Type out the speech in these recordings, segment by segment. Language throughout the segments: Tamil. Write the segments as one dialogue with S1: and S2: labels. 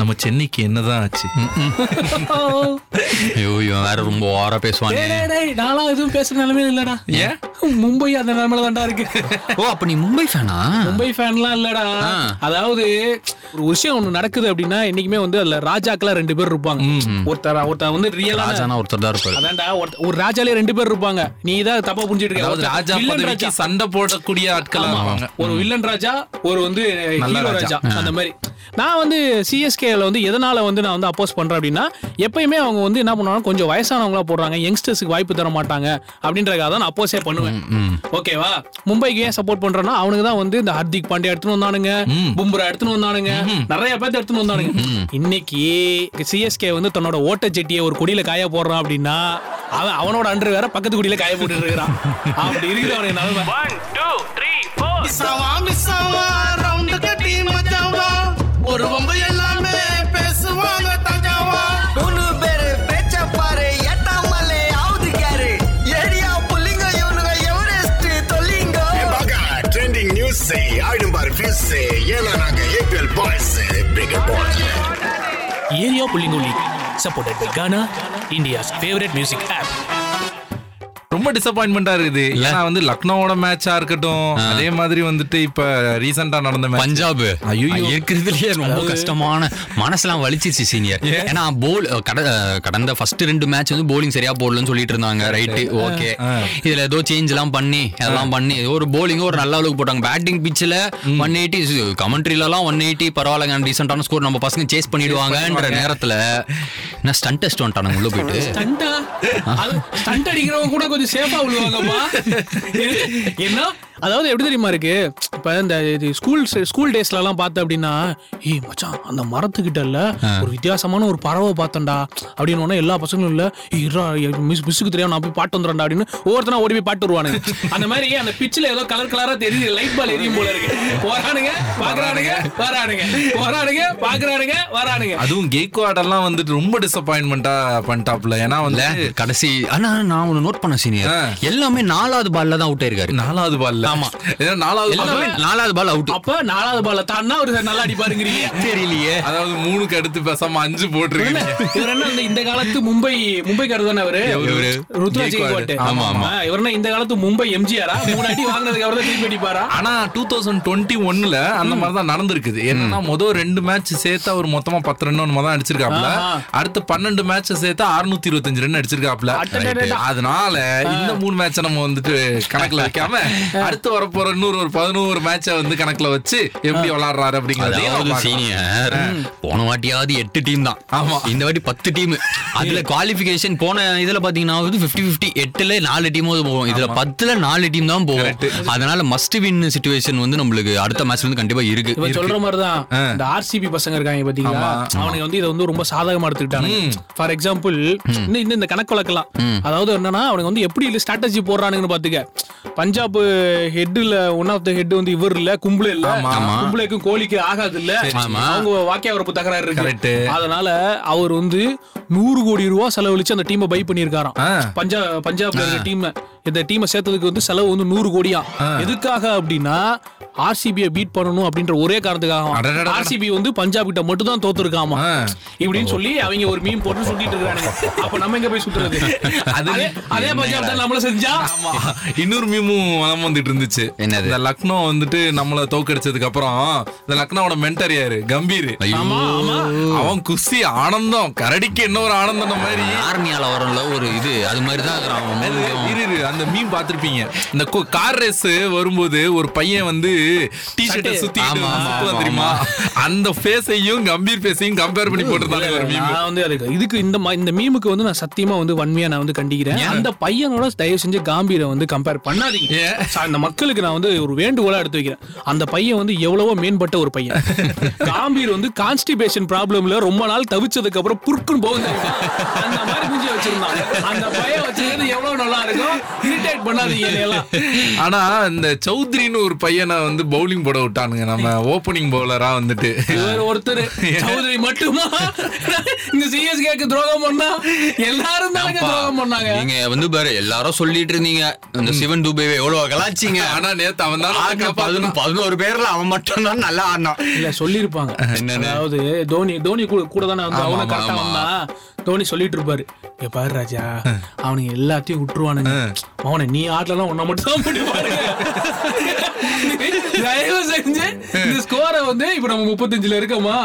S1: நம்ம சென்னைக்கு என்னதான் ஆச்சு
S2: ஐயோ இவன் வேற ரொம்ப ஓவரா பேசுவானே
S3: நானும் எதுவும் பேசுற நிலைமையில இல்லடா
S1: ஏன்
S3: மும்பை அந்த நிலைமையில தான்டா இருக்கு
S2: ஓ அப்ப நீ மும்பை ஃபேனா
S3: மும்பை ஃபேன்லாம் இல்லடா
S2: ஆ.
S3: அதாவது ஒரு விஷயம் ஒண்ணு நடக்குது அப்படின்னா என்னைக்குமே வந்து அதுல ராஜாக்களா ரெண்டு பேர் இருப்பாங்க ஒருத்தர் ஒருத்தர் வந்து ரியலா
S2: ராஜானா ஒருத்தர் தான் இருப்பாரு
S3: அதான்டா ஒருத்த- ஒரு ராஜாலே ரெண்டு பேர் இருப்பாங்க நீ தான் தப்பா புரிஞ்சுட்டு இருக்க
S1: அதாவது
S3: ஒருத்தர்
S1: ராஜா
S3: villain
S1: பதவிக்கு
S3: ராஜா.
S1: சண்டை போடக்கூடிய ஆட்கள் ஆவாங்க
S3: ஒரு வில்லன் ராஜா ஒரு வந்து
S1: நல்ல
S3: ஹீரோ
S1: ராஜா.
S3: ராஜா அந்த மாதிரி நான் வந்து சிஎஸ்கேல வந்து எதனால வந்து நான் வந்து அப்போஸ் பண்றேன் அப்படின்னா எப்பயுமே அவங்க வந்து என்ன பண்ணுவாங்க கொஞ்சம் வயசானவங்களா போடுறாங்க யங்ஸ்டர்ஸ்க்கு வாய்ப்பு தர மாட்டாங்க அப்படின்றக்காக தான் நான் அப்போஸே பண்ணுவேன் ஓகேவா மும்பைக்கு ஏன் சப்போர்ட் பண்றேன்னா அவனுக்கு தான் வந்து இந்த ஹர்திக் பாண்டியா எடுத்துன்னு வந்தானுங்க பும்ரா எடுத்துன்னு வந்தானுங்க நிறைய பேர் எடுத்துன்னு வந்தானுங்க இன்னைக்கு சிஎஸ்கே வந்து தன்னோட ஓட்ட ஜெட்டியை ஒரு கொடியில காய போடுறான் அப்படின்னா அவன் அவனோட அன்று வேற பக்கத்து குடியில காய போட்டுட்டு இருக்கிறான் அப்படி இருக்குது அவனுக்கு நிலைமை
S4: மிஸ்ஸாவா மிஸ்ஸாவா ரவுண்டு கட்டி மச்சாவா ஒரு வம்பு எல்லாமே பேசுவாங்க தஞ்சாவா
S5: மூணு பேரு பேச்ச பாரு எட்டாமலே ஆவுது கேரு ஏரியா புள்ளிங்க இவனுங்க எவரெஸ்ட் தொல்லிங்க
S6: பாக்கா ட்ரெண்டிங் நியூஸ் ஆயிடும் பாரு ஃபீஸ் ஏன்னா நாங்க APL boys big boys
S3: area புள்ளிங்குழி supported by Gaana India's favourite music app
S1: ரொம்ப டிசப்பாயின்மெண்டா இருக்குது ஏன்னா வந்து லக்னோவோட மேட்சா இருக்கட்டும் அதே மாதிரி வந்துட்டு இப்ப ரீசெண்டா நடந்த மேட்ச்
S2: பஞ்சாப்
S1: ஐயோ.
S2: இருக்கிறதுலயே ரொம்ப கஷ்டமான மனசெல்லாம் வலிச்சிச்சு சீனியர் ஏன்னா போல் கடந்த ஃபர்ஸ்ட் ரெண்டு மேட்ச் வந்து போலிங் சரியா போடலன்னு சொல்லிட்டு இருந்தாங்க ரைட்டு ஓகே இதுல ஏதோ சேஞ்ச் எல்லாம் பண்ணி அதெல்லாம் பண்ணி ஏதோ ஒரு bowling ஒரு நல்ல அளவுக்கு போட்டாங்க பேட்டிங் பிச்சில் ஒன் எயிட்டி கமெண்ட்ரிலலாம் ஒன் எயிட்டி பரவாயில்லைங்க டீசென்டான ஸ்கோர் நம்ம பசங்க சேஸ் பண்ணிடுவாங்கன்ற நேரத்துல நான் ஸ்டன் டெஸ்ட் வந்துட்டானுங்க உள்ள போயிட்டு
S3: ஸ்டண்டா ஸ்டண்ட் அடிக்கிறவங்க கூட கொஞ்சம் சேஃபா விழுவாங்கப்பா என்ன அதாவது எப்படி தெரியுமா இருக்கு இப்ப இந்த இது ஸ்கூல் ஸ்கூல் டேஸ்ல எல்லாம் பார்த்த அப்படின்னா ஏய் மச்சான் அந்த மரத்துக்கிட்ட இல்ல ஒரு வித்தியாசமான ஒரு பறவை பார்த்தேன்டா அப்படின்னு உடனே எல்லா பசங்களும் இல்ல ஏய், இருடா மிஸ் மிஸ்ஸுக்கு தெரியாம நான் போய் பாட்டு வந்துடுறேன்டா அப்படின்னு ஒவ்வொருத்தனா ஓடி போய் பாட்டு வருவானுங்க அந்த மாதிரி அந்த பிச்சில் ஏதோ கலர் கலரா தெரியுது லைட் பால் எரியும் போல இருக்கு போறானுங்க பாக்குறானுங்க வரானுங்க போறானுங்க பாக்குறானுங்க வரானுங்க
S1: அதுவும் கெய்க்வாடெல்லாம் வந்துட்டு ரொம்ப டிசப்பாயின்மெண்டா பண்ணிட்டாப்ல ஏன்னா
S2: இல்ல
S1: வந்து
S2: கடைசி ஆனா நான் ஒன்னு நோட் பண்ண சீனியர்
S1: ஆ.
S2: எல்லாமே நாலாவது பால்ல தான் அவுட் ஆயிருக்காரு
S1: நாலாவது பால்ல
S2: ஆமா.
S1: ஏன்னா நாலாவது ball-
S2: எல்லாமே நாலாவது பால் அவுட்
S3: அப்ப நாலாவது பால்ல தான்னா ஒரு நல்லா அடிப்பாருங்கிறீங்க
S2: தெரியலையே
S1: அதாவது மூணுக்கு அடுத்து பேசாம அஞ்சு போட்டிருக்கீங்க
S3: இவர் என்ன இந்த- இந்த காலத்து மும்பை மும்பைக்காரர் தானே அவரு
S2: இவரு?
S3: ருத்ராஜ்
S1: ஜெய்க்வாட்.
S3: ஜெய்க்வாட்.
S1: ஆமா, ஆமா.
S3: ஆ, இவர்னா இந்த காலத்து மும்பை எம்ஜிஆரா மூணு அடி வாங்கினதுக்கு அவர் தான் திருப்பி அடிப்பாரா
S1: ஆனா டூ தௌசண்ட் டுவெண்ட்டி ஒன்னுல அந்த மாதிரி தான் நடந்திருக்குது என்னன்னா முதல் ரெண்டு மேட்ச் சேர்த்து அவர் மொத்தமா பத்து ரன் ஒன்று தான் அடிச்சிருக்காப்ல
S3: ஆஹா.
S1: அடுத்து பன்னெண்டு மேட்ச் சேர்த்து அறுநூத்தி இருபத்தஞ்சு ரன் அடிச்சிருக்காப்ல
S3: அட்டடடடா.
S1: அதனால இந்த மூணு மேட்சை நம்ம வந்துட்டு கணக்குல வைக்காம அடுத்து வரப்போற இன்னொரு ஒரு பதினோரு மேட்சை வந்து கணக்குல வச்சு எப்படி விளாடுறாரு
S2: அதாவது
S1: அப்படிங்கிறது
S2: சீனியர் போன வாட்டியாவது எட்டு டீம் தான்
S1: ஆமா.
S2: இந்த வாட்டி பத்து டீம் அதுல குவாலிஃபிகேஷன் போன இதுல பாத்தீங்கன்னா வந்து பிப்டி பிப்டி எட்டுல நாலு டீம் போகும் இதுல பத்துல நாலு டீம் தான் போகும் அதனால மஸ்ட் வின் சுச்சுவேஷன் வந்து நம்மளுக்கு அடுத்த மேட்ச்ல வந்து கண்டிப்பா இருக்கு
S3: இவன் சொல்ற மாதிரிதான் இந்த ஆர்சிபி பசங்க இருக்காங்க பாத்தீங்களா அவனுக்கு வந்து இதை வந்து ரொம்ப சாதகமா எடுத்துக்கிட்டாங்க ஃபார் எக்ஸாம்பிள் இன்னும் இன்னும் இந்த கணக்கு வழக்கலாம் அதாவது என்னன்னா அவனுக்கு வந்து எப்படி ஸ்ட்ராட்டஜி போடுறானுங்கன்னு பாத்துக்க பஞ்சாப் ஹெட்ல ஒன் ஆஃப் த ஹெட் வந்து இவர் இல்ல கும்பலே இல்ல கும்பலேக்கும் கோலிக்கு ஆகாது இல்ல
S2: ஆமா.
S3: அவங்க வாக்கிய வரப்பு தகராறு
S1: Correct.
S3: இருக்கு அதனால அவர் வந்து நூறு கோடி ரூபா செலவழிச்சு அந்த டீமை பை பண்ணியிருக்காராம்
S1: ஆ.
S3: பஞ்சாப் பஞ்சாப்ல இருக்க டீம் இந்த டீமை சேர்த்ததுக்கு வந்து செலவு வந்து நூறு கோடியா எதுக்காக அப்படின்னா ஆர்சிபியை பீட் பண்ணணும் அப்படின்ற ஒரே காரணத்துக்காக
S1: அடடடடட.
S3: ஆர்சிபி வந்து பஞ்சாப் கிட்ட மட்டும் தான் தோத்துருக்காமா
S1: ஆ.
S3: இப்படின்னு சொல்லி அவங்க ஒரு மீன் போட்டு சுட்டிட்டு இருக்கானுங்க அப்ப நம்ம எங்க போய் சுத்துறது
S1: அது
S3: அதே அதே பஞ்சாப் தான் நம்மள செஞ்சா
S1: இன்னொரு மீமும் வளம் வந்துட்டு இருந்துச்சு
S2: என்னது?
S1: இந்த லக்னோ வந்துட்டு நம்மள தோக்கடிச்சதுக்கு அப்புறம் இந்த லக்னோவோட மென்டர் யாரு கம்பீர்
S3: ஆமா ஆமா
S1: அவன் குஸ்தி ஆனந்தம் கரடிக்கு என்ன ஒரு ஆனந்தம் மாதிரி
S2: ஆர்மியால வரல ஒரு இது அது மாதிரி தான் இருக்கிறான் அவன்
S1: அது
S2: மூளையும்.
S1: இரு, இரு, அந்த மீன் பாத்திருப்பீங்க இந்த கு- கார் ரேஸ் வரும்போது ஒரு பையன் வந்து டி ஷர்ட்டை
S3: சட்டை.
S1: சுத்தி
S2: ஆமா, ஆமா, ஆமா.
S1: தெரியுமா அந்த ஃபேஸையும் கம்பீர் ஃபேஸையும் கம்பேர் பண்ணி போட்டிருந்தாங்க ஒரு மீம்
S3: நான் வந்து அதுக்கு இதுக்கு இந்த ம- இந்த மீமுக்கு வந்து நான் சத்தியமா வந்து வன்மையா நான் வந்து கண்டிக்கிறேன் அந்த பையனோட தயவு செஞ்சு காம்பீரை வந்து கம்பேர் பண்ணாதீங்க
S1: ஏன்?
S3: சா- அந்த மக்களுக்கு நான் வந்து ஒரு வேண்டுகோளா எடுத்து வைக்கிறேன் அந்த பையன் வந்து எவ்வளவோ மேம்பட்ட ஒரு பையன் காம்பீர் வந்து கான்ஸ்டிபேஷன் ப்ராப்ளம்ல ரொம்ப நாள் தவிச்சதுக்கு அப்புறம் புற்குன்னு போகும் தெரியுமா? அந்த மாதிரி குஞ்சு வச்சிருந்தான் அந்த பையன் வச்சிருந்தது எவ்வளவு நல்லா இருக்கும் இரிட்டேட் பண்ணாதீங்க என்னையெல்லாம்.
S1: ஆனா இந்த சௌத்ரின்னு ஒரு பையனை வந்து பவுலிங் போட விட்டானுங்க நம்ம ஓப்பனிங் பவுலரா வந்துட்டு
S3: இவர் ஒருத்தர் சௌதரி மட்டுமா இந்த சிஎஸ்கேக்கு துரோகம் பண்ணா எல்லாரும் தானங்க துரோகம் பண்ணாங்க
S2: நீங்க வந்து பாரு எல்லாரும் சொல்லிட்டு இருந்தீங்க அந்த சிவன் துபேவை எவ்வளவு கலாச்சிங்க
S1: ஆனா நேத்து அவன் தான்
S2: பதினோரு பேர்ல அவன் மட்டும் தான் நல்லா ஆடினான்
S3: இல்ல சொல்லிருப்பாங்க
S2: என்னன்னு?
S3: அதாவது தோனி தோனி கூட கூட தானே வந்து
S2: ஆமா,
S3: அவன
S2: ஆமா,
S3: கரெக்டா
S2: ஆமா.
S3: வந்தா தோனி சொல்லிட்டு இருப்பாரு இங்க பாரு ராஜா அவனுங்க எல்லாத்தையும் விட்டுருவானுங்க அவனை நீ ஆடலாம் உன்னை மட்டும் தான் போட்டு பாருங்க தயவு செஞ்சு இந்த ஸ்கோரை வந்து இப்ப நம்ம முப்பத்தஞ்சுல இருக்கோமா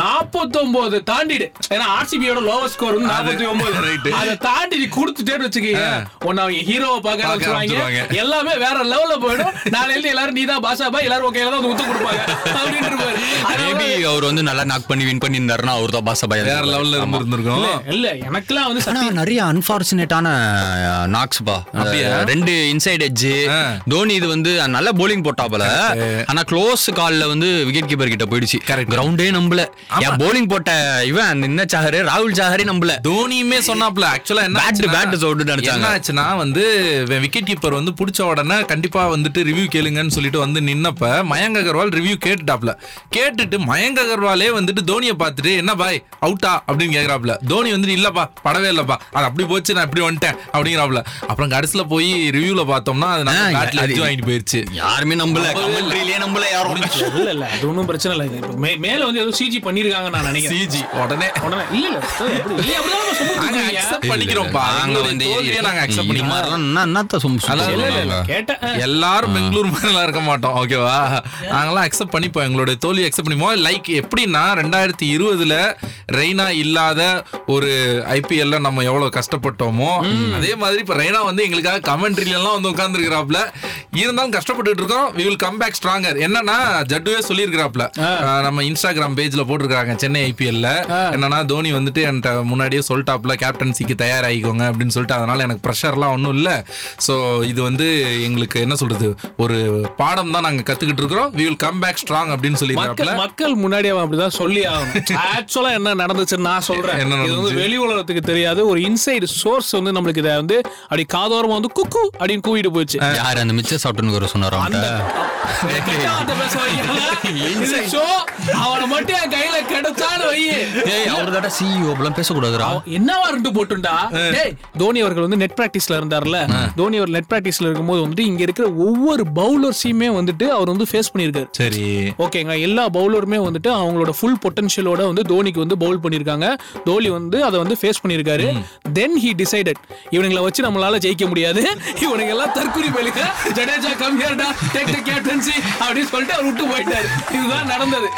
S3: நாற்பத்தொன்பது தாண்டிடு ஏன்னா ஆர்சிபியோட லோவர் ஸ்கோர் வந்து நாற்பத்தி
S1: right.
S3: ஒன்பது அதை தாண்டி நீ கொடுத்துட்டேன்னு வச்சுக்கீங்க உன்னை அவங்க ஹீரோவை பார்க்க
S1: பார்க்க
S3: ஆரம்பிச்சுருவாங்க
S1: ஆரம்பிச்சிருவாங்க.
S3: எல்லாமே வேற லெவல்ல போயிடும் நாளையில எல்லாரும் நீதான் தான் பாஷா பா எல்லாரும் ஓகே தான் வந்து முத்து கொடுப்பாங்க அப்படின்னு இருப்பாரு
S2: மேபி
S3: அதனால-
S2: அவர் வந்து நல்லா நாக் பண்ணி வின் பண்ணி இருந்தாருன்னா அவர் தான் பாச பயம்
S1: வேற லெவல்ல இருந்திருந்திருக்கோம்
S3: இல்ல, இல்ல எனக்கெல்லாம் வந்து
S2: ஆனா நிறைய அன்பார்ச்சுனேட்டான நாக்ஸ் பா
S1: அப்படியா?
S2: அஹ், ரெண்டு இன்சைட் எட்ஜ்
S1: ஆ.
S2: தோனி இது வந்து நல்ல போலிங் போட்டா போல ஆனா க்ளோஸ் கால்ல வந்து விக்கெட் கீப்பர் கிட்ட போயிடுச்சு
S1: Correct.
S2: கிரவுண்டே நம்பல என் போலிங் போட்ட இவன் நின்ன சாகரு ராகுல் சாகரே நம்பல
S1: தோனியுமே சொன்னாப்ல ஆக்சுவலா என்ன
S2: Bat,
S1: ஆச்சுன்னா-
S2: bat சொல்லிட்டு அடிச்சாங்க.
S1: என்ன ஆச்சுன்னா வந்து விக்கெட் கீப்பர் வந்து புடிச்ச உடனே கண்டிப்பா வந்துட்டு ரிவ்யூ கேளுங்கன்னு சொல்லிட்டு வந்து நின்னப்ப மயங்க் அகர்வால் ரிவ்யூ கேட்டுட்டாப்ல கேட்டுட்டு மயங்க் அகர்வாலே வந்துட்டு தோனியை பார்த்துட்டு என்ன பாய் அவுட்டா அப்படின்னு கேக்குறாப்ல தோனி வந்துட்டு இல்லப்பா படவே இல்லப்பா அது அப்படி போச்சு நான் இப்படி வந்துட்டேன் அப்படிங்கிறாப்ல அப்புறம் கடைசியில போய் ரிவ்யூல பார்த்தோம்னா அது நம்ம
S2: ஆ,
S1: பேட்ல
S2: அது-
S1: அடிச்சு வாங்கிட்டு போயிருச்சு
S2: யாருமே நம்பல கமெண்ட்ரியிலே நம்பல யாரும்
S3: இல்ல இல்ல அது ஒண்ணும் பிரச்சனை இல்ல இது இப்ப மே- மேல வந்து ஏதோ சிஜி பண்ணிருக்காங்க நான் நினைக்கிறேன்
S1: சிஜி உடனே
S3: உடனே இல்ல இல்ல சார், எப்படி- இல்ல, அப்படிதான் நம்ம சொல்லிட்டு
S1: நாங்க
S3: இருக்கீங்க.
S1: accept பண்ணிக்கிறோம்ப்பா
S2: நாங்க வந்து
S1: நாங்க அக்செப்ட்
S2: இது
S1: பண்ணிக்கிறோம்
S2: மாதிரிலாம் என்ன- என்னத்த சும் சும்
S1: அதான்
S3: இல்ல, இல்ல, இல்ல,
S2: சொல்றாங்க?
S3: கேட்டேன். ஆ,
S1: எல்லாரும் பெங்களூர் மாதிரிலாம் இருக்க மாட்டோம் ஓகேவா நாங்களாம் அக்செப்ட் பண்ணிப்போம் எங்களுடைய தோல்வி அக்செப்ட் பண்ணிப்போம் லைக் எப்படின்னா ரெண்டாயிரத்தி இருபதுல ரெய்னா இல்லாத ஒரு ஐபிஎல்ல நம்ம எவ்வளவு கஷ்டப்பட்டோமோ அதே மாதிரி இப்ப ரெய்னா வந்து எங்களுக்காக கமெண்ட்ரில எல்லாம் வந்து உட்கார்ந்துருக்கிறாப்ல இருந்தாலும் கஷ்டப்பட்டுட்டு இருக்கோம் we will come back stronger என்னன்னா ஜட்டுவே சொல்லியிருக்கிறாப்ல அஹ், நம்ம இன்ஸ்டாகிராம் பேஜ்ல போட்டிருக்காங்க சென்னை ஐபிஎல்ல என்னன்னா தோனி வந்துட்டு என்கிட்ட முன்னாடியே சொல்லிட்டாப்ல கேப்டன்சிக்கு தயாராகிக்கோங்க அப்படின்னு சொல்லிட்டு அதனால எனக்கு ப்ரெஷர்லாம் ஒன்றும் இல்லை ஸோ இது வந்து எங்களுக்கு என்ன சொல்றது ஒரு பாடம் தான் நாங்கள் கத்துக்கிட்டு இருக்கிறோம் we will come back strong அப்படின்னு
S3: மக்கள்
S1: சொல்லியிருக்காப்ல
S3: மக்கள் முன்னாடி அவன் அப்படிதான் சொல்லி ஆகணும் ஆக்சுவலா என்ன நடந்துச்சுன்னு நான் சொல்றேன்
S1: என்ன
S3: இது வந்து
S1: நடந்துச்சு?
S3: வெளி உலகத்துக்கு தெரியாது ஒரு இன்சைடு சோர்ஸ் வந்து நம்மளுக்கு இதை வந்து அப்படி காதோரமா வந்து குக்கு அப்படின்னு கூவிட்டு போச்சு
S2: யார் அந்த மிச்சர் சாப்பிட்டுன்னு சொன்னாரோ
S3: அந்த
S2: அவன்கிட்ட?
S3: கிட்டாவட்ட பேச வைக்கல. இது show. அவன மட்டும் என் கையில கிடைச்சான்னு வை.
S2: ஏய் அவர் தாட்டா சிஇஓ எல்லாம் பேசக்கூடாதுரா
S3: அவன் என்னவா இருந்து போட்டுண்டா டேய் தோனி அவர்கள் வந்து நெட் பிராக்டிஸ்ல இருந்தார்ல தோனி அவர் நெட் பிராக்டிஸ்ல இருக்கும்போது வந்துட்டு இங்க இருக்கிற ஒவ்வொரு பவுலர்ஸையுமே வந்துட்டு அவர் வந்து ஃபேஸ் பண்ணியிருக்காரு
S1: சரி
S3: ஓகேங்க எல்லா பவுலருமே வந்துட்டு அவங்களோட ஃபுல் பொட்டன்ஷியலோட வந்து தோனிக்கு வந்து பவுல் பண்ணியிருக்காங்க தோனி வந்து அதை வந்து ஃபேஸ் பண்ணியிருக்காரு தென் ஹி டிசைடட் இவனுங்களை வச்சு நம்மளால ஜெயிக்க முடியாது இவனுங்க எல்லாம் தற்குறி பேலுங்க ஜடேஜா கம்மியாடா டேக் த கேப்டன்சி அப்படின்னு சொல்லிட்டு அவர் விட்டு போயிட்டாரு இதுதான் நடந்தது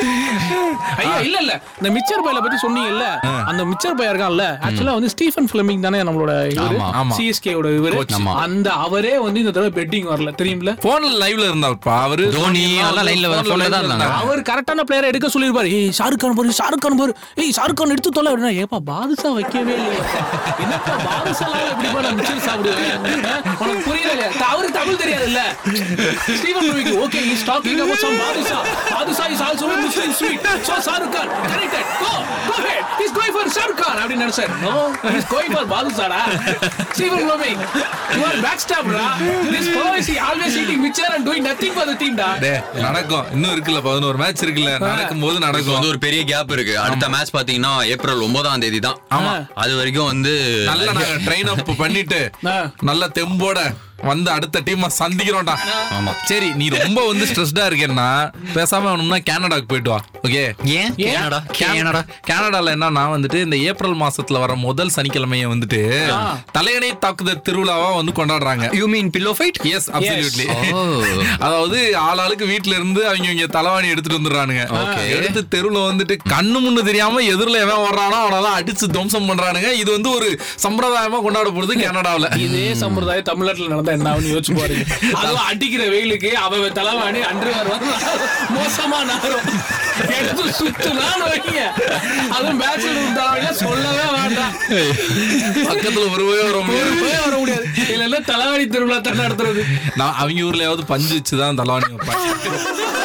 S3: ஐயா இல்ல இல்ல இந்த மிச்சர் பையல பத்தி சொன்னீங்கல்ல அந்த மிச்சர் பையன் இருக்கான்ல ஆக்சுவலா வந்து ஸ்டீஃபன் பிளமிங் தானே நம்மளோட
S2: ஆமா,
S1: ஆமா.
S3: சிஎஸ்கே இவரு
S2: Coach. ஆமா.
S3: அந்த அவரே வந்து இந்த தடவை பெட்டிங் வரல தெரியும்ல
S1: போன்ல லைவ்ல இருந்தாப்பா அவரு
S2: தோனி அதெல்லாம் லைன்ல வர
S1: Phone ல
S2: சொல்ல
S1: line ல
S2: தான் இருந்தாங்க
S3: அவர் கரெக்டான பிளேயரை எடுக்க சொல்லியிருப்பாரு ஏய் ஷாருக் கான் பாரு ஷாருக் கான் பாரு ஏய் ஷாருக் கான் எடுத்து தொலை அப்படின்னா ஏப்பா பாதுஷா வைக்கவே இல்லையா என்னப்பா பாதுஷா எப்படி நான் மிச்சர் சாப்பிடுவேன் உனக்கு புரியல இல்லையா த- அவருக்கு தமிழ் தெரியாது இல்ல ஸ்டீவன் மூவிக்கு okay is talking about some badusha badusha is also a muslim sweet so Shahrukh Khan connected go go head is going for Shahrukh Khan அப்படி நினைச்சார் நோ இஸ் கோயிங் ஃபார் பாதுஷாடா Steven movie you are back ஸ்டாப்டா this boy is always eating mixture and doing nothing for the team டா
S1: டே, நடக்கும் இன்னும் இருக்குல்ல பதினோரு மேட்ச் இருக்குல்ல நடக்கும்போது
S2: இப்போ
S1: நடக்கும்
S2: வந்து ஒரு பெரிய கேப் இருக்கு அடுத்த மேட்ச் பாத்தீங்கன்னா ஏப்ரல் ஒன்பதாம் தேதி தான் ஆமா அது வரைக்கும் வந்து
S1: நல்ல நாங்க ட்ரெயின் அப் பண்ணிட்டு
S3: ஆ.
S1: நல்ல தெம்போட வந்து அடுத்த டீம் சந்திக்கிறோம்டா
S2: ஆமா.
S1: சரி நீ ரொம்ப வந்து ஸ்ட்ரெஸ்டா இருக்கேன்னா பேசாம வேணும்னா கனடாக்கு போயிட்டு வா ஓகே
S2: ஏன் ஏனடா
S1: கனடா கனடால என்னன்னா வந்துட்டு இந்த ஏப்ரல் மாசத்துல வர முதல் சனிக்கிழமையை வந்துட்டு தலையணை தாக்குதல் திருவிழாவா வந்து கொண்டாடுறாங்க
S2: you mean pillow fight
S1: yes absolutely
S2: ஓ.
S1: அதாவது ஆளாளுக்கு வீட்ல இருந்து அவங்க இவங்க தலைவாணி எடுத்துட்டு வந்துடுறானுங்க எடுத்து தெருவுல வந்துட்டு கண்ணு முன்னு தெரியாம எதிரில எவன் வர்றானோ அவனெல்லாம் அடிச்சு துவம்சம் பண்றானுங்க இது வந்து ஒரு சம்பிரதாயமா கொண்டாடப்படுது கனடாவுல
S3: இதே சம்பிரதாயம் தமிழ்நாட்டுல நடந்தா என்ன ஆகும்னு யோசிச்சு பாருங்க அதுவும் அடிக்கிற வெயிலுக்கு அவ தலைவாணி அன்று வருவான் மோசமா நகரும் எடுத்து சுத்துனான்னு வைங்க அதுவும் பேச்சுலர் தலைவாணியா சொல்லவே வேண்டாம்
S1: பக்கத்துல ஒருவே வர முடியாது
S3: ஒருவே வர முடியாது இல்லைன்னா தலைவாணி திருவிழா தான் நடத்துறது
S1: நான் அவங்க ஊர்ல ஏதாவது பஞ்சு வச்சுதான் தலைவாணி வைப்பாங்க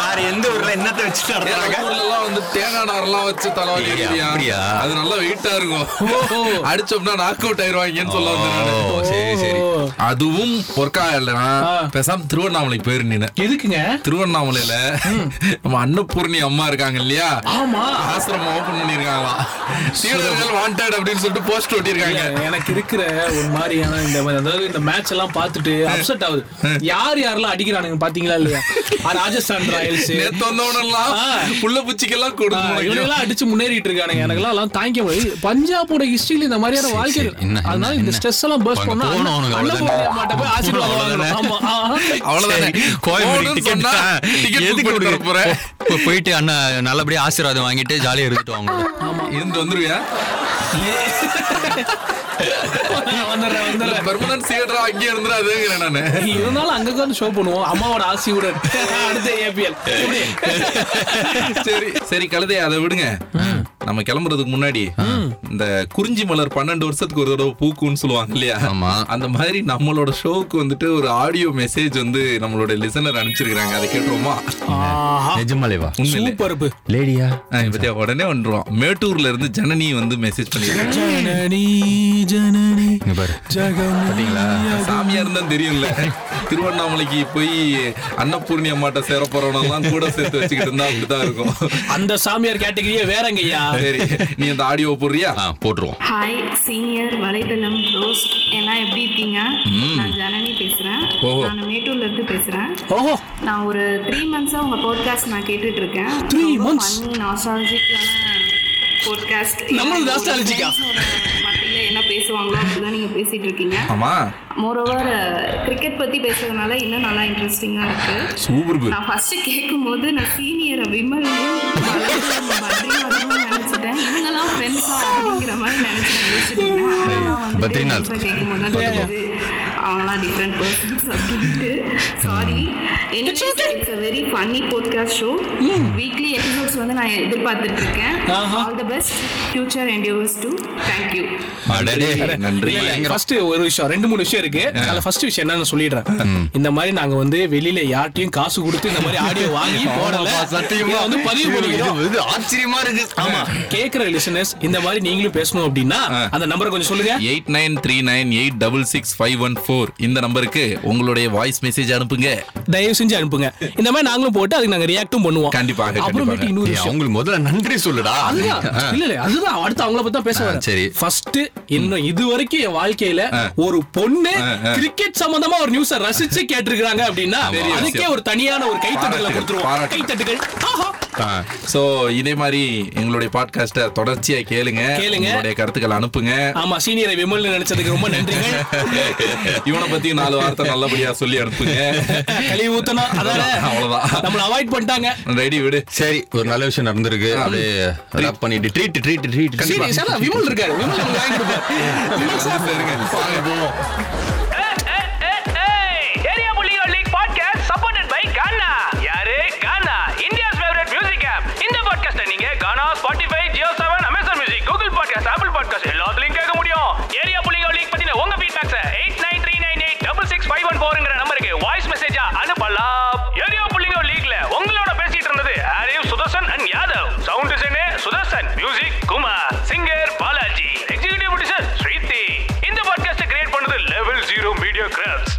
S2: வேற எந்த ஊர்ல என்னத்தை வச்சுட்டு
S1: நம்ம ஊர்லலாம் வந்து தேங்காய் நாரெல்லாம் வச்சு தலைவாணி
S2: அப்படியா?
S1: வைக்கிறியா?
S2: அப்படியா?
S1: அது நல்லா வெயிட்டா இருக்கும் அடிச்சோம்னா நாக் அவுட் ஆயிருவாங்கன்னு சொல்ல வந்தேன் நானு.
S2: சரி சரி
S3: ஓ.
S1: அதுவும் ஒர்க் ஆகலனா
S3: ஆ.
S1: பேசாம திருவண்ணாமலைக்கு போயிரு நீனு
S3: எதுக்குங்க
S1: திருவண்ணாமலையில நம்ம அன்னபூர்ணி அம்மா இருக்காங்க இல்லையா
S3: ஆமா
S1: ஆசிரமம் ஓபன் பண்ணிருக்காங்களாம் சீடர்கள் வாண்டட் அப்படின்னு சொல்லிட்டு போஸ்ட் ஒட்டிருக்காங்க
S3: எனக்கு இருக்கிற ஒரு மாதிரியான இந்த மாதிரி, அதாவது இந்த மேட்ச் எல்லாம் பார்த்துட்டு அப்செட் ஆகுது யார் யாரெல்லாம் அடிக்கிறானுங்க பாத்தீங்களா இல்லையா ஆ, ராஜஸ்தான் ராயல்ஸ்
S1: நேத்து வந்தவனெல்லாம்
S3: ஆ.
S1: புள்ள பூச்சிக்கெல்லாம் கொடுக்கணும்
S3: இவனெல்லாம் அடிச்சு முன்னேறிட்டு இருக்கானுங்க எனக்குலாம் எல்லாம் தாங்க முடியாது பஞ்சாபோட ஹிஸ்டரியில இந்த மாதிரியான
S2: சரி,
S3: வாழ்க்கை
S2: சரி.
S3: இருக்கு.
S2: என்ன,
S3: அதனால இந்த
S2: என்ன?
S3: ஸ்ட்ரெஸ் எல்லாம் பர்ஸ்ட்
S2: அங்க
S3: பண்ணா
S2: போகணும் அவனுக்கு, அவ்வளவுதானே.
S3: அண்ணாமலை போய் ஆசீர்வாதம் வாங்கணும். ஆமா, ஆ.
S1: அவ்வளவுதானே
S2: சரி, கோயம்பேடு
S1: போகணும்னு
S2: ticket
S1: சொன்னா
S2: தான்.
S1: ticket book
S2: எதுக்கு
S1: பண்ணி தர
S2: கொடுக்குற?
S1: போறேன்
S2: போ- போயிட்டு அண்ணா நல்லபடியா ஆசீர்வாதம் வாங்கிட்டு ஜாலியா இருந்துட்டு வாங்க
S1: இருந்து வந்துருவியா
S3: வந்துடுறேன், வந்துடுறேன்.
S1: பெர்மனன்ட் சீடரா அங்கேயே இருந்துடாதுங்கிறேன் நானு
S3: இருந்தாலும் அங்க உட்கார்ந்து ஷோ பண்ணுவோம் அம்மாவோட ஆசையுடன் அடுத்த ஏபிஎல்
S1: சரி சரி கழுதை அதை விடுங்க நம்ம கிளம்புறதுக்கு முன்னாடி இந்த குறிஞ்சி மலர் பன்னெண்டு வருஷத்துக்கு ஒரு தடவை பூக்கும்னு சொல்லுவாங்க இல்லையா
S2: ஆமா.
S1: அந்த மாதிரி நம்மளோட ஷோவுக்கு வந்துட்டு ஒரு ஆடியோ மெசேஜ் வந்து நம்மளோட லிசனர் அனுப்பிச்சிருக்காங்க அதை கேட்டுருவோமா
S2: நிஜமலைவா
S1: உண்மையிலே
S3: பருப்பு
S2: லேடியா
S1: ஆ, இப்ப பத்தியா உடனே வந்துருவோம் மேட்டூர்ல இருந்து ஜனனி வந்து மெசேஜ் பண்ணிருக்காங்க
S3: ஜனனி ஜனனி
S2: இங்க பாரு
S1: பாத்தீங்களா சாமியார் தான் தெரியும்ல திருவண்ணாமலைக்கு போய் அன்னபூர்ணி அம்மாட்ட சேர போறவனெல்லாம் கூட சேர்த்து வச்சுக்கிட்டு இருந்தா அப்படிதான் இருக்கும்
S3: அந்த சாமியார் கேட்டகரியே வேறங்கய்யா
S1: சரி நீ அந்த ஆடியோ போடுறியா
S2: ஆ போட்டுருவோம்
S7: ஹாய் சீனியர் வலைதளம் ரோஸ்ட் எல்லாம் எப்படி இருக்கீங்க நான் ஜனனி பேசுறேன்
S1: ஓஹோ.
S7: நான் மேட்டூர்ல இருந்து பேசுறேன்
S3: ஓஹோ
S7: நான் ஒரு த்ரீ மந்த்ஸா உங்க பாட்காஸ்ட் நான் கேட்டுட்டு இருக்கேன்
S3: Three months?
S7: நாஸ்டாலஜிக்கான பாட்காஸ்ட்
S3: நம்மளும் nostalgic ஆ?
S7: மத்தியில என்ன பேசுவாங்களோ அப்படிதான் நீங்க பேசிட்டு இருக்கீங்க
S1: ஆமா
S7: மோரோவர் கிரிக்கெட் பத்தி பேசுறதுனால இன்னும் நல்லா இன்ட்ரெஸ்டிங்கா இருக்கு
S1: சூப்பர் பு.
S7: நான் ஃபர்ஸ்ட் கேட்கும்போது நான் சீனியர் விமலையும் பத்ரிநாதனும் நினைச்சிட்டேன் இவங்கெல்லாம் ஃப்ரெண்ட்ஸா அப்படிங்கிற மாதிரி நினைச்சிட்டு யோசிச்சுட்டு இருந்தேன். ஆனா வந்து
S2: பத்ரிநாத்.
S7: இப்ப கேட்கும்போது தான் தெரியுது. அவங்களாம் டிஃப்ரெண்ட் பர்சன்ஸ் அப்படின்ட்டு sorry it's very funny podcast show weekly episodes வந்து நான் எதிர்பார்த்துட்டு இருக்கேன்
S3: ஆஹா.
S7: All the best future endeavours to thank you
S1: அடடே, நன்றி
S3: ஃபர்ஸ்ட் ஒரு விஷயம் ரெண்டு மூணு விஷயம் இருக்கு அதுல ஃபர்ஸ்ட் விஷயம் என்னன்னு சொல்லிடுறேன் இந்த மாதிரி நாங்க வந்து வெளியில யார்ட்டையும் காசு கொடுத்து இந்த மாதிரி ஆடியோ வாங்கி போடல இதை வந்து பதிவு பண்ணிக்கிறோம்
S2: ஆச்சரியமா இருக்கு
S3: ஆமா கேக்குற லிசனர்ஸ் இந்த மாதிரி நீங்களும் பேசணும் அப்படின்னா அந்த நம்பரை கொஞ்சம் சொல்லுங்க
S1: eight nine three nine eight double six five one four இந்த நம்பருக்கு உங்களுடைய வாய்ஸ் மெசேஜ் அனுப்புங்க
S3: தயவு செஞ்சு அனுப்புங்க இந்த மாதிரி நாங்களும் போட்டு அதுக்கு நாங்க ரியாக்டும் பண்ணுவோம்
S1: கண்டிப்பாக, கண்டிப்பாக.
S3: அப்புறமேட்டு இன்னொரு விஷயம்
S2: அவங்களுக்கு முதல்ல நன்றி சொல்லுடா
S3: அதுதான்
S2: ஆ.
S3: இல்ல இல்ல அதுதான் அடுத்து அவங்கள பத்தி தான் பேச
S2: ஆ, சரி.
S3: சரி ஃபர்ஸ்ட் இன்னும் இது வரைக்கும் என் வாழ்க்கையில ஒரு பொண்ணு கிரிக்கெட் சம்பந்தமா ஒரு நியூஸ ரசிச்சு கேட்டிருக்காங்க அப்படின்னா
S1: பெரிய
S3: அதுக்கே
S1: விஷயம்.
S3: ஒரு தனியான ஒரு கைத்தட்டல
S1: பாராட்டு,
S3: கொடுத்துருவோம்
S1: பாராட்டு.
S3: கைத்தட்டுகள் ஆஹா.
S1: சோ இதே மாதிரி எங்களுடைய பாட்காஸ்ட தொடர்ச்சியா கேளுங்க
S3: கேளுங்க.
S1: உங்களுடைய கருத்துக்களை அனுப்புங்க
S3: ஆமா சீனியரை விமல் நினைச்சதுக்கு ரொம்ப நன்றிகள்
S1: இவனை பத்தி நாலு வார்த்தை நல்லபடியா சொல்லி அனுப்புங்க
S3: கழுவி ஊத்தணும் அதானே
S1: அவ்வளவுதான்.
S3: நம்மள அவாய்ட் பண்ணிட்டாங்க
S1: ரெடி விடு
S2: சரி ஒரு நல்ல விஷயம் நடந்திருக்கு அப்படியே wrap பண்ணிட்டு treat treat treat
S3: serious Vimal இருக்காரு விமல் நமக்கு வாங்கி கொடுப்பாரு விமல் சார்
S8: ஏரியா புள்ளிகள் league podcast supported by Gaana யாரு Gaana India's favourite music app இந்த பாட்காஸ்ட்டை நீங்க Gaana Spotify Jio Saavn Amazon music Google podcast Apple podcast எல்லாத்துலயும் கேட்க முடியும் ஏரியா புள்ளிகள் லீக் பத்தின உங்க feedbacks eight nine three nine eight double six five one ஃபோருங்கிற நம்பருக்கு வாய்ஸ் மெசேஜா அனுப்பலாம் ஏரியா புள்ளிகள் லீக்ல உங்களோட பேசிட்டு இருந்தது ஆரிவ் சுதர்சன் அண்ட் யாதவ் சவுண்ட் டிசைனே Sudarshan music Kumar singer Balaji executive producer Sridhi இந்த பாட்காஸ்ட் கிரியேட் பண்ணது லெவல் ஜீரோ மீடியா கிராஃப்ட்ஸ்